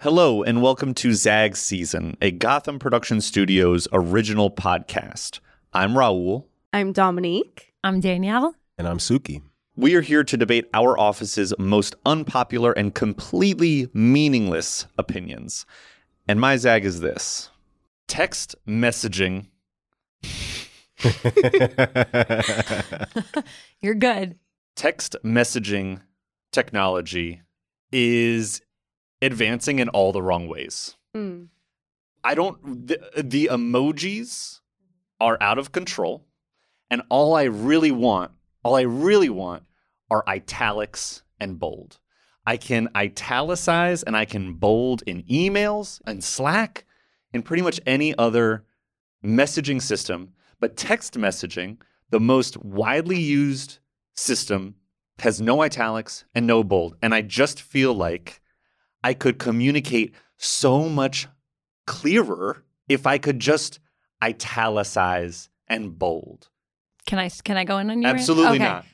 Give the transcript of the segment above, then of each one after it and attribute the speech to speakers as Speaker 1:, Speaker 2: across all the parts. Speaker 1: Hello, and welcome to Zag Season, a Gotham Production Studios original podcast. I'm Raul.
Speaker 2: I'm Dominique.
Speaker 3: I'm Danielle.
Speaker 4: And I'm Suki.
Speaker 1: We are here to debate our office's most unpopular and completely meaningless opinions. And my zag is this text messaging.
Speaker 3: You're good.
Speaker 1: text messaging technology is advancing in all the wrong ways.
Speaker 2: Mm.
Speaker 1: I don't, the, the emojis are out of control. And all I really want, all I really want are italics and bold. I can italicize and I can bold in emails and Slack and pretty much any other messaging system. But text messaging, the most widely used system, has no italics and no bold. And I just feel like I could communicate so much clearer if I could just italicize and bold.
Speaker 3: Can I can I go in on you?
Speaker 1: Absolutely not.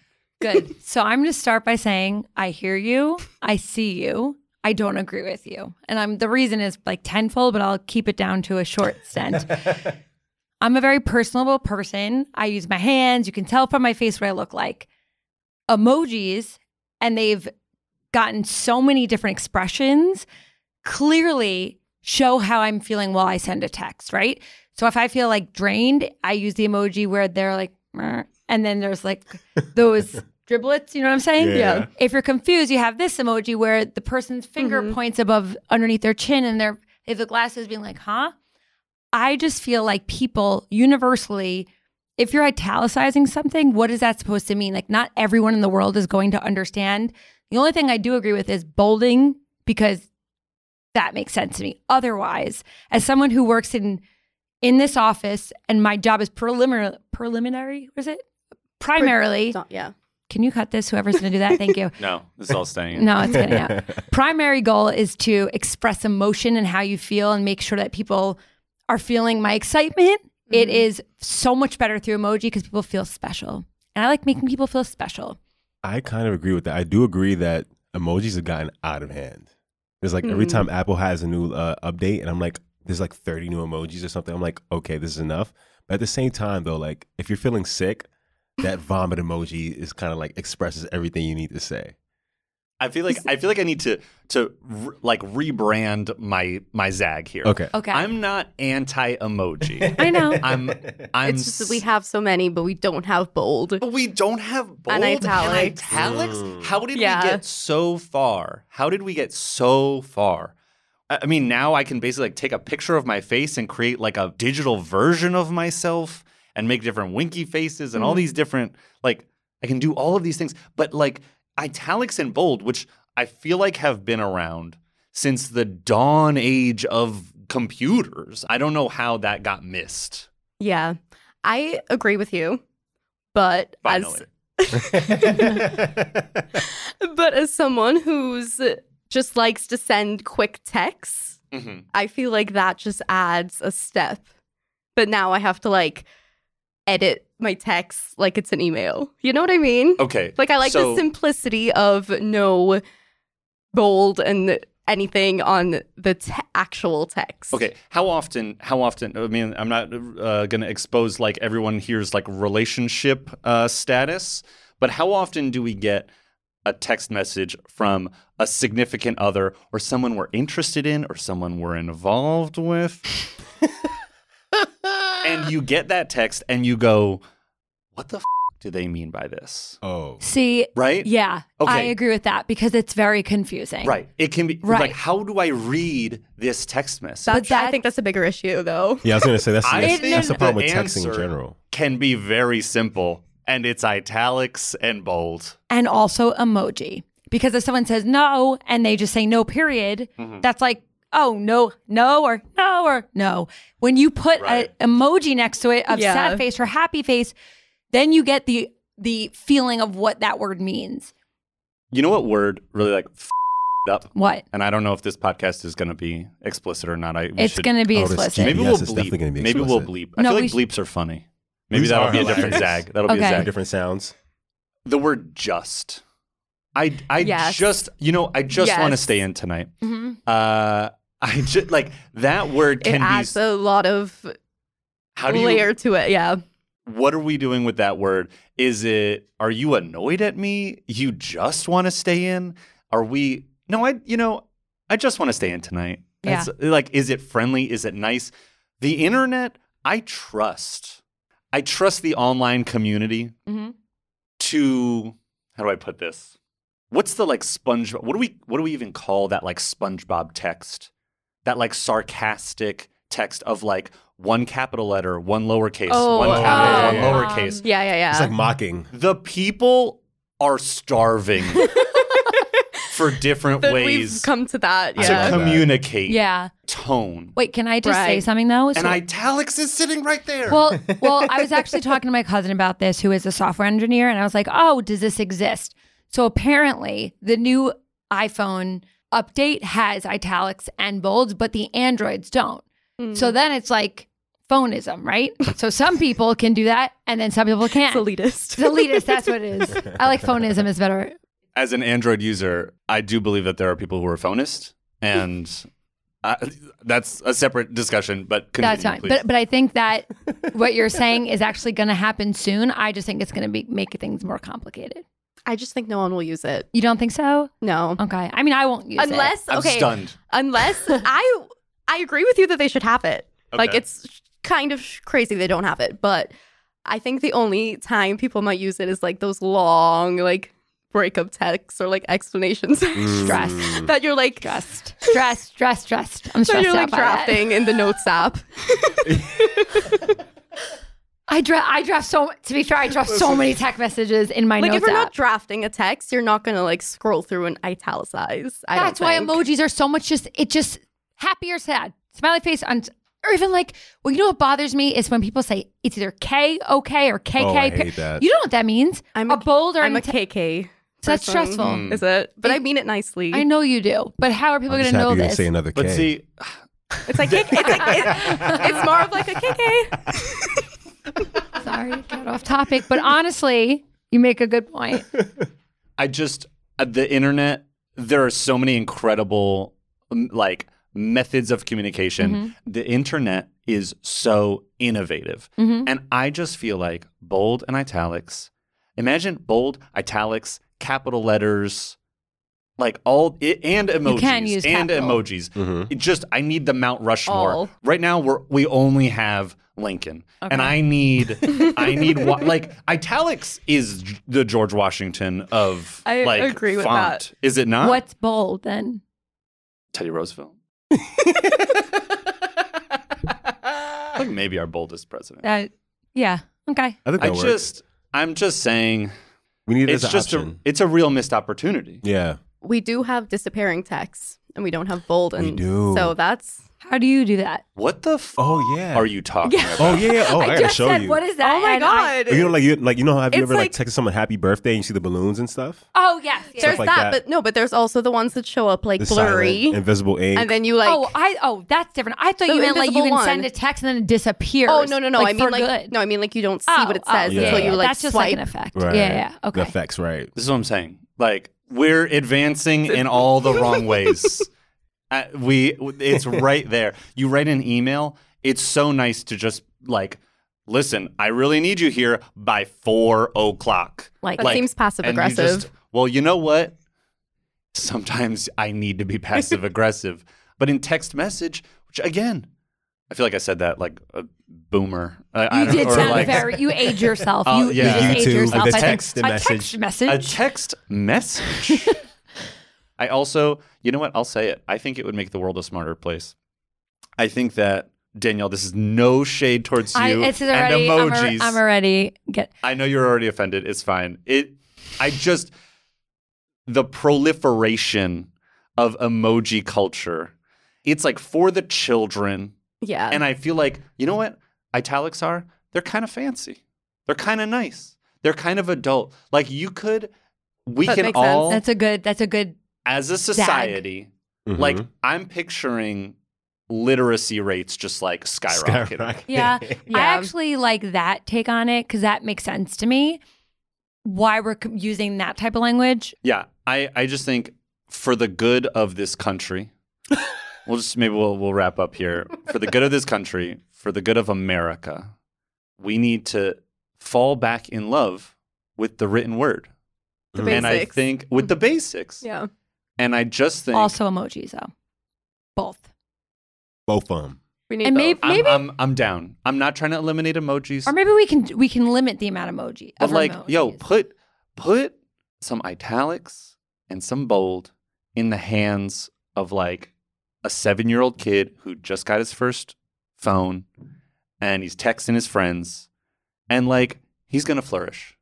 Speaker 3: Good. So I'm going to start by saying I hear you, I see you, I don't agree with you, and I'm the reason is like tenfold, but I'll keep it down to a short stint. I'm a very personable person. I use my hands. You can tell from my face what I look like. Emojis, and they've gotten so many different expressions. Clearly, show how I'm feeling while I send a text, right? So if I feel like drained, I use the emoji where they're like, "Meh," and then there's like those driblets. You know what I'm saying?
Speaker 4: Yeah. Yeah.
Speaker 3: If you're confused, you have this emoji where the person's finger
Speaker 2: Mhm.
Speaker 3: points above underneath their chin, and they're they have the glasses being like, "Huh." I just feel like people universally, if you're italicizing something, what is that supposed to mean? Like, not everyone in the world is going to understand. The only thing I do agree with is bolding because that makes sense to me. Otherwise, as someone who works in in this office and my job is preliminary, preliminary was it primarily?
Speaker 2: Don't- yeah.
Speaker 3: Can you cut this? Whoever's going to do that, thank you.
Speaker 1: No, this is all staying in.
Speaker 3: No, it's getting out primary goal is to express emotion and how you feel and make sure that people are feeling my excitement. It
Speaker 2: Mhm.
Speaker 3: is so much better through emoji because people feel special. And I like making people feel special.
Speaker 4: I kind of agree with that. I do agree that emojis have gotten out of hand. There's like
Speaker 3: Hmm.
Speaker 4: every
Speaker 2: Mhm.
Speaker 4: time Apple has a new uh, update, and I'm like, there's like 30 new emojis or something. I'm like, okay, this is enough. But at the same time, though, like if you're feeling sick, that vomit emoji is kind of like expresses everything you need to say.
Speaker 1: I feel like I feel like I need to to re- like rebrand my my zag here.
Speaker 4: Okay.
Speaker 3: Okay.
Speaker 1: I'm not anti emoji.
Speaker 3: I know.
Speaker 1: I'm I'm
Speaker 2: it's just that we
Speaker 1: s-
Speaker 2: have so many, but we don't have bold.
Speaker 1: but we don't have bold
Speaker 2: And italics.
Speaker 1: and italics?
Speaker 4: Mm.
Speaker 1: How did
Speaker 2: Yeah.
Speaker 1: we get so far? How did we get so far? I I mean, now I can basically like take a picture of my face and create like a digital version of myself and make different winky faces and all
Speaker 2: Mhm.
Speaker 1: these different like I can do all of these things, but like italics and bold, which I feel like have been around since the dawn age of computers. I don't know how that got missed.
Speaker 2: Yeah. I agree with you, but
Speaker 1: Finally.
Speaker 2: as but as someone who's just likes to send quick texts,
Speaker 1: Mhm.
Speaker 2: I feel like that just adds a step. But now I have to like edit my text like it's an email. You know what I mean?
Speaker 1: Okay.
Speaker 2: Like I like
Speaker 1: Oh, so-
Speaker 2: the simplicity of no bold and anything on the te- actual text.
Speaker 1: Okay, how often? How often? I mean, I'm not uh, going to expose like everyone here's like relationship uh, status, but how often do we get a text message from a significant other or someone we're interested in or someone we're involved with? and you get that text and you go, "What the f- do they mean by this?"
Speaker 4: oh.
Speaker 3: See,
Speaker 1: Right?
Speaker 3: yeah, I
Speaker 1: Okay.
Speaker 3: agree with that because it's very confusing.
Speaker 1: Right. It can be
Speaker 3: Right.
Speaker 1: like, how do I read this text message?
Speaker 2: That's,
Speaker 3: But
Speaker 2: I think that's a bigger issue though.
Speaker 4: Yeah, I was gonna say that's
Speaker 1: I
Speaker 4: that's,
Speaker 3: think
Speaker 4: that's the problem
Speaker 1: the
Speaker 4: with texting in
Speaker 1: answer-
Speaker 4: general.
Speaker 1: can be very simple and it's italics and bold.
Speaker 3: And also emoji. Because if someone says no and they just say no, period,
Speaker 1: Mm-hmm.
Speaker 3: that's like, oh, no, no, or no, or no. When you put an
Speaker 1: Right.
Speaker 3: emoji next to it of
Speaker 2: Yeah.
Speaker 3: sad face or happy face, then you get the the feeling of what that word means.
Speaker 1: You know what word really like f- up?
Speaker 3: What?
Speaker 1: And I don't know if this podcast is going to be explicit or not. I we
Speaker 3: it's
Speaker 1: should-
Speaker 3: going to be
Speaker 4: Oh, this
Speaker 3: explicit.
Speaker 1: maybe
Speaker 4: Yes,
Speaker 1: we'll
Speaker 4: it's
Speaker 1: bleep.
Speaker 4: definitely gonna be
Speaker 1: maybe we'll
Speaker 4: explicit.
Speaker 1: bleep. I
Speaker 3: No,
Speaker 1: feel
Speaker 3: we
Speaker 1: like
Speaker 3: sh-
Speaker 1: bleeps are funny. Maybe
Speaker 4: Bleeps
Speaker 1: that'll
Speaker 4: are
Speaker 1: be a different
Speaker 4: hilarious.
Speaker 1: zag. That'll be a
Speaker 3: Okay.
Speaker 1: zag.
Speaker 4: Different sounds.
Speaker 1: The word just. I I
Speaker 2: Yes.
Speaker 1: just you know I just want to
Speaker 2: Yes.
Speaker 1: stay in tonight.
Speaker 3: Mhm.
Speaker 1: Uh, I just like that word
Speaker 2: It
Speaker 1: can be. s-
Speaker 2: adds a lot of
Speaker 1: How do you?
Speaker 2: layer to it. Yeah.
Speaker 1: What are we doing with that word? Is it? Are you annoyed at me? You just want to stay in? Are we? No, I. You know, I just want to stay in tonight.
Speaker 3: Yeah.
Speaker 1: That's- Like, is it friendly? Is it nice? The internet, I trust. I trust the online community
Speaker 3: Mhm.
Speaker 1: to how do I put this? What's the like sponge what do we what do we even call that like SpongeBob text? That like sarcastic text of like one capital letter, one lowercase,
Speaker 2: Oh,
Speaker 1: one
Speaker 4: oh,
Speaker 1: capital,
Speaker 4: yeah,
Speaker 1: one
Speaker 3: yeah, yeah.
Speaker 1: lowercase.
Speaker 2: Yeah. Yeah. Yeah.
Speaker 4: It's like mocking.
Speaker 1: The people are starving for different
Speaker 2: That
Speaker 1: ways
Speaker 2: we've come to that.
Speaker 4: I
Speaker 1: to
Speaker 2: Yeah.
Speaker 4: come-
Speaker 1: communicate
Speaker 3: Yeah.
Speaker 1: tone.
Speaker 3: Wait, can I just say
Speaker 2: Right.
Speaker 3: something though?
Speaker 1: And
Speaker 3: So-
Speaker 1: italics is sitting right there.
Speaker 3: Well, well, I was actually talking to my cousin about this, who is a software engineer, and I was like, "Oh, does this exist?" So apparently, the new iPhone update has italics and bolds, but the Androids don't. So then it's like phonism, right? so some people can do that, and then some people
Speaker 2: It's
Speaker 3: can't.
Speaker 2: elitist.
Speaker 3: It's elitist. That's what it is. I like phonism is better.
Speaker 1: as an Android user, I do believe that there are people who are phonists, and I, that's a separate discussion. But continue,
Speaker 3: That's fine.
Speaker 1: please.
Speaker 3: But but I think that what you're saying is actually going to happen soon. I just think it's going to be make things more complicated.
Speaker 2: I just think no one will use it.
Speaker 3: You don't think so?
Speaker 2: No.
Speaker 3: Okay. I mean, I won't use it.
Speaker 2: Um, Unless
Speaker 1: I'm
Speaker 2: okay.
Speaker 1: stunned.
Speaker 2: Unless I I agree with you that they should have it. Like
Speaker 1: Okay.
Speaker 2: it's sh- kind of sh- crazy they don't have it, but I think the only time people might use it is like those long like breakup texts or like explanations
Speaker 1: Mm.
Speaker 3: Stress.
Speaker 2: that you're like
Speaker 3: Stressed, stressed, stressed, stressed. I'm
Speaker 2: that
Speaker 3: stressed
Speaker 2: you're
Speaker 3: out
Speaker 2: like
Speaker 3: by that.
Speaker 2: drafting in the notes app.
Speaker 3: I draft. I draft so. To be fair, I draft so many text messages in my
Speaker 2: like if
Speaker 3: notes
Speaker 2: you're not
Speaker 3: app.
Speaker 2: drafting a text, you're not gonna like scroll through and italicize. I don't
Speaker 3: That's why
Speaker 2: think.
Speaker 3: emojis are so much. Just it just happy or sad, smiley face, on, or even like. Well, you know what bothers me is when people say it's either K OK or KK.
Speaker 4: Oh, I hate that.
Speaker 3: You know what that means?
Speaker 2: I'm
Speaker 3: a,
Speaker 2: a-
Speaker 3: bold or
Speaker 2: I'm
Speaker 3: an
Speaker 2: a
Speaker 3: ita-
Speaker 2: KK.
Speaker 3: That's
Speaker 2: person.
Speaker 3: stressful.
Speaker 1: Mm.
Speaker 2: Is it? But
Speaker 3: It-
Speaker 2: I mean it nicely.
Speaker 3: I know you do, but how are people
Speaker 4: Hmm.
Speaker 3: going
Speaker 4: I'm just
Speaker 3: to
Speaker 4: happy
Speaker 3: know
Speaker 4: you didn't
Speaker 3: this?
Speaker 4: say another
Speaker 1: But
Speaker 4: K.
Speaker 1: see,
Speaker 2: It's like, kick- it's, like it- it's more of like a KK.
Speaker 3: Sorry, got off topic, but honestly, you make a good point.
Speaker 1: I just uh, the internet. There are so many incredible um, like methods of communication. The internet is so innovative,
Speaker 3: Mhm.
Speaker 1: and I just feel like bold and italics. Imagine bold italics, capital letters, like all it, and emojis
Speaker 3: can use
Speaker 1: and
Speaker 3: capital.
Speaker 1: emojis.
Speaker 4: Mhm.
Speaker 1: It just I need the Mount Rushmore.
Speaker 2: All.
Speaker 1: Right now we're we only have Lincoln. And I need I need wa- like italics is j- the George Washington of
Speaker 2: I
Speaker 1: like
Speaker 2: agree with
Speaker 1: font.
Speaker 2: that.
Speaker 1: Is it not?
Speaker 3: What's bold then?
Speaker 1: Teddy Roosevelt? like maybe our boldest president.
Speaker 3: Uh, yeah. Okay.
Speaker 4: I think
Speaker 1: I
Speaker 4: that works.
Speaker 1: just I'm just saying
Speaker 4: we need it
Speaker 1: it's
Speaker 4: as an
Speaker 1: just
Speaker 4: option.
Speaker 1: a it's a real missed opportunity.
Speaker 4: yeah.
Speaker 2: We do have disappearing texts, and we don't have bold. And
Speaker 4: do.
Speaker 2: So that's
Speaker 3: How do you do that?
Speaker 1: What the f-
Speaker 4: Oh yeah.
Speaker 1: are you talking about?
Speaker 4: Oh yeah. yeah. Oh, I, gotta
Speaker 3: just
Speaker 4: show
Speaker 3: said,
Speaker 4: you.
Speaker 3: what is that?
Speaker 2: oh my
Speaker 3: And I-
Speaker 2: god.
Speaker 4: you know, like you like you know, have you
Speaker 2: It's
Speaker 4: ever like,
Speaker 2: like-
Speaker 4: texted someone happy birthday and you see the balloons and stuff?
Speaker 3: oh yes. yes.
Speaker 2: there's
Speaker 4: like
Speaker 2: that,
Speaker 4: that.
Speaker 2: but no, but there's also the ones that show up like
Speaker 4: The
Speaker 2: blurry,
Speaker 4: silent, invisible ink.
Speaker 2: and then you like.
Speaker 3: oh, I oh that's different. I thought
Speaker 2: The
Speaker 3: you meant like you
Speaker 2: invisible
Speaker 3: can
Speaker 2: one.
Speaker 3: send a text and then it disappears.
Speaker 2: Oh, no no no!
Speaker 3: Like,
Speaker 2: I mean
Speaker 3: for
Speaker 2: like
Speaker 3: good.
Speaker 2: no, I mean like you don't see
Speaker 3: Oh,
Speaker 2: what it
Speaker 3: oh,
Speaker 2: says
Speaker 4: yeah,
Speaker 2: until
Speaker 4: yeah.
Speaker 2: you like
Speaker 3: that's just
Speaker 2: swipe.
Speaker 3: like an effect.
Speaker 4: right.
Speaker 3: Yeah, yeah.
Speaker 4: The
Speaker 3: Okay.
Speaker 4: effects, right?
Speaker 1: This is what I'm saying. Like we're advancing in all the wrong ways. Uh, we it's right there. You write an email. It's so nice to just like listen. I really need you here by four o'clock.
Speaker 3: Like,
Speaker 2: That seems passive
Speaker 1: and you just-
Speaker 2: aggressive.
Speaker 1: well, you know what? Sometimes I need to be passive aggressive, but in text message, which again, I feel like I said that like a boomer. I, I
Speaker 3: you
Speaker 1: don't-
Speaker 3: did
Speaker 1: or
Speaker 3: sound
Speaker 1: like-
Speaker 3: very. You age yourself.
Speaker 1: Oh,
Speaker 3: you, you
Speaker 1: yeah.
Speaker 3: just
Speaker 4: You
Speaker 3: age
Speaker 4: too,
Speaker 3: yourself.
Speaker 4: with
Speaker 3: I think-
Speaker 4: the text
Speaker 3: a text
Speaker 4: message.
Speaker 3: message.
Speaker 1: a text message. I also, you know what? I'll say it. I think it would make the world a smarter place. I think that Danielle, this is no shade towards you
Speaker 3: I, it's
Speaker 1: and
Speaker 3: already. I'm, al-
Speaker 1: emojis. i
Speaker 3: I'm already get.
Speaker 1: know you're already offended. It's fine. It. I just the proliferation of emoji culture. It's like for the children,
Speaker 2: yeah,
Speaker 1: and I feel like you know what italics are. They're kind of fancy. They're kind of nice. They're kind of adult. Like you could. We
Speaker 2: That
Speaker 1: can
Speaker 2: makes sense.
Speaker 1: all
Speaker 3: That's a good. That's a good.
Speaker 1: as a society,
Speaker 4: Mhm.
Speaker 1: like I'm picturing literacy rates just like skyrocketing.
Speaker 4: Skyrocket.
Speaker 3: Yeah. I
Speaker 2: Yeah.
Speaker 3: actually like that take on it because that makes sense to me. Why we're c- using that type of language?
Speaker 1: Yeah, I, I just think for the good of this country, We'll just maybe we'll we'll wrap up here. For the good of this country, for the good of America, we need to fall back in love with the written word.
Speaker 2: The
Speaker 1: And I
Speaker 2: basics.
Speaker 1: think with the basics.
Speaker 2: yeah.
Speaker 1: And I just think
Speaker 3: Also emojis though. Both.
Speaker 4: Both of them.
Speaker 2: We need
Speaker 3: And
Speaker 2: both.
Speaker 3: maybe-
Speaker 1: I'm, I'm I'm down. I'm not trying to eliminate emojis.
Speaker 3: Or maybe we can we can limit the amount of emoji.
Speaker 1: But
Speaker 3: of
Speaker 1: like, yo,
Speaker 3: emojis.
Speaker 1: put put some italics and some bold in the hands of like a seven year old kid who just got his first phone and he's texting his friends and like he's gonna flourish.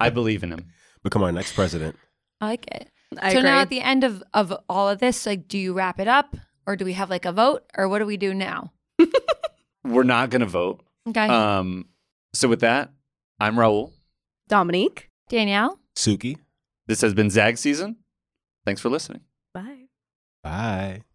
Speaker 1: I believe in him.
Speaker 4: Become our next president.
Speaker 3: I like it.
Speaker 2: I
Speaker 3: so
Speaker 2: agree.
Speaker 3: now at the end of of all of this, like, do you wrap it up, or do we have like a vote, or what do we do now?
Speaker 1: We're not gonna vote.
Speaker 3: Okay,
Speaker 1: Um so with that, I'm Raul.
Speaker 2: Dominique.
Speaker 3: Danielle.
Speaker 4: Suki.
Speaker 1: This has been Zag Season. Thanks for listening.
Speaker 2: Bye.
Speaker 4: Bye.